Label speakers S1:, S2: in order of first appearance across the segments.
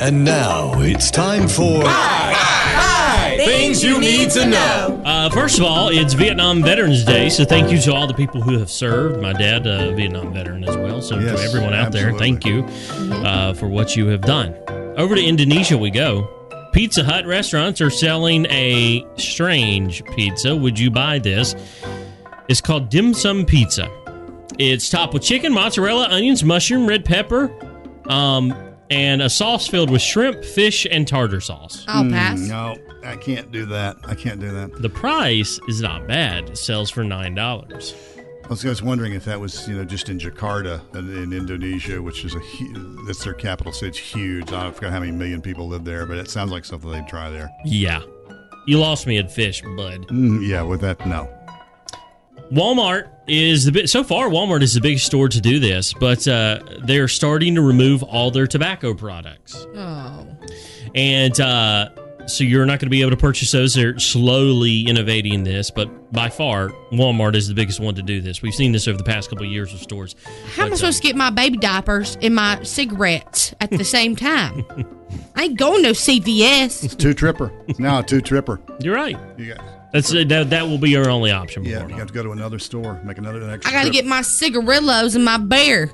S1: And now it's time for
S2: Things you need to know.
S3: Uh, first of all, it's Vietnam Veterans Day, so thank you to all the people who have served. My dad, a Vietnam veteran as well, so
S1: Yes,
S3: to everyone out there, thank you uh, for what you have done. Over to Indonesia we go. Pizza Hut restaurants are selling a strange pizza. Would you buy this? It's called dim sum pizza. It's topped with chicken, mozzarella, onions, mushroom, red pepper, um, and a sauce filled with shrimp, fish, and tartar sauce.
S2: I'll pass.
S1: No, I can't do that. I can't do that.
S3: The price is not bad. It sells for nine dollars.
S1: I was, I was wondering if that was you know just in Jakarta in, in Indonesia, which is a hu- that's their capital city. It's huge. I forgot how many million people live there, but it sounds like something they'd try there.
S3: Yeah, you lost me at fish, bud.
S1: Mm, yeah, with that, no.
S3: Walmart is the bit so far. Walmart is the biggest store to do this, but uh, they're starting to remove all their tobacco products,
S2: Oh.
S3: and uh, so you're not going to be able to purchase those. They're slowly innovating this, but by far, Walmart is the biggest one to do this. We've seen this over the past couple of years of stores.
S2: How am I
S3: But,
S2: supposed to get my baby diapers and my cigarettes at the same time? I ain't going no CVS.
S1: It's two tripper. It's now a two tripper.
S3: uh, You're right.
S1: You got
S3: That's uh, that. That will be your only option.
S1: yeah.
S3: before
S1: You
S3: long.
S1: have to go to another store, make another an extra.
S2: I got to
S1: trip.
S2: get my cigarillos and my bear,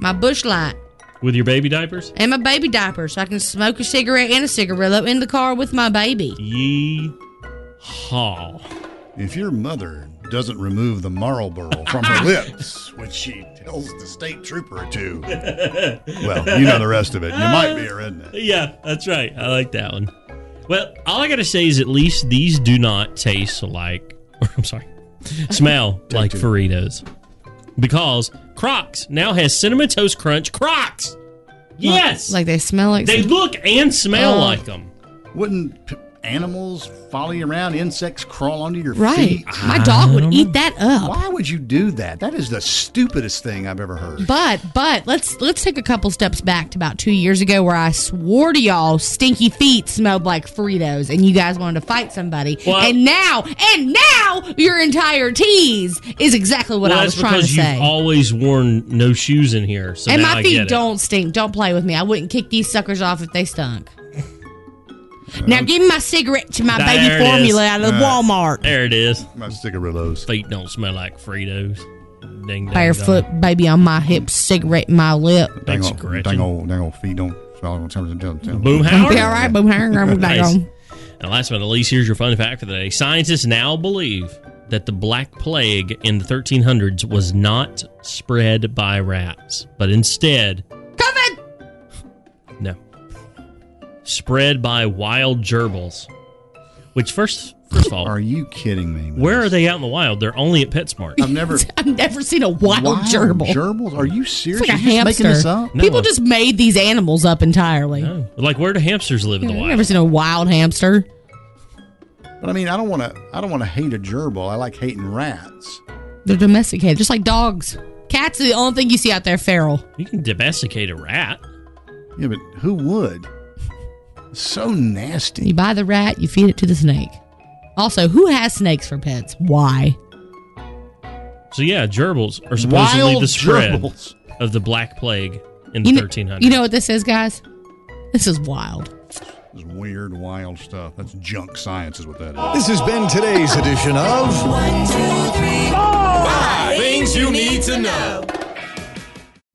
S2: my bush light,
S3: with your baby diapers.
S2: and my baby diapers so I can smoke a cigarette and a cigarillo in the car with my baby.
S3: Yee haw.
S1: If your mother doesn't remove the Marlboro from her lips, which she tells the state trooper to, well, you know the rest of it. You might be a redneck.
S3: Yeah, that's right. I like that one. Well, all I gotta say is at least these do not taste like, or I'm sorry, smell like
S1: two.
S3: Fritos, because Crocs now has cinnamon toast crunch Crocs. Yes,
S2: Like they smell like.
S3: they look and smell
S2: Oh.
S3: like them.
S1: Wouldn't p- animals follow you around? Insects crawl onto your
S2: right.
S1: feet?
S2: My dog would eat that up.
S1: Why would you do that? That is the stupidest thing I've ever heard.
S2: But but let's let's take a couple steps back to about two years ago where I swore to y'all stinky feet smelled like Fritos and you guys wanted to fight somebody.
S3: Well-
S2: and now and now your entire tease is exactly what
S3: well,
S2: I was
S3: that's
S2: trying to
S3: because you've
S2: say.
S3: always worn no shoes in here, so
S2: and
S3: now
S2: my
S3: I
S2: feet
S3: get it.
S2: don't stink. Don't play with me. I wouldn't kick these suckers off if they stunk. now give me my cigarette to my
S3: There it
S2: baby
S3: is.
S2: formula out of Walmart.
S3: There it is.
S1: My cigarillos.
S3: Feet don't smell like Fritos. Ding, dang,
S2: Barefoot
S3: dong.
S2: baby on my hip, cigarette in my lip.
S1: Dang
S3: Thanks,
S1: old,
S3: Gretchen.
S1: dang old, dang old feet don't follow on terms of tell- tell-
S3: Boomhauer.
S2: Be all right, boom, hang on, back
S3: Nice.
S2: on.
S3: And last but not least, here's your fun fact for the day. Scientists now believe that the Black Plague in the 1300s was not spread by rats, but instead,
S2: COVID.
S3: no, spread by wild gerbils. Which, first, first of all,
S1: Are you kidding me? man?
S3: where are they out in the wild? They're only at PetSmart.
S1: I've never.
S2: I've never seen a wild, gerbil.
S1: Gerbils? Are you serious?
S2: It's like a
S1: You're just
S2: hamster.
S1: making this up?
S3: No.
S2: People just made these animals up entirely.
S3: No. Like, where do hamsters live in the
S2: I've
S3: wild?
S2: never seen a wild hamster.
S1: But I mean, I don't want to. I don't want to hate a gerbil. I like hating rats.
S2: They're domesticated, just like dogs. Cats are the only thing you see out there feral.
S3: you can domesticate a rat.
S1: Yeah, but who would? So
S2: You
S1: nasty.
S2: buy the rat, you feed it to the snake. Also, who has snakes for pets? Why?
S3: So, yeah, gerbils are supposedly
S1: Wild
S3: the spread
S1: gerbils.
S3: of the Black Plague in the
S2: you, know,
S3: 1300s.
S2: you know what this is, guys? This is wild.
S1: This weird, wild stuff. That's junk science, is what that is.
S4: This has been today's edition of.
S2: One, two, three.
S5: Things you need to know.
S6: Mm,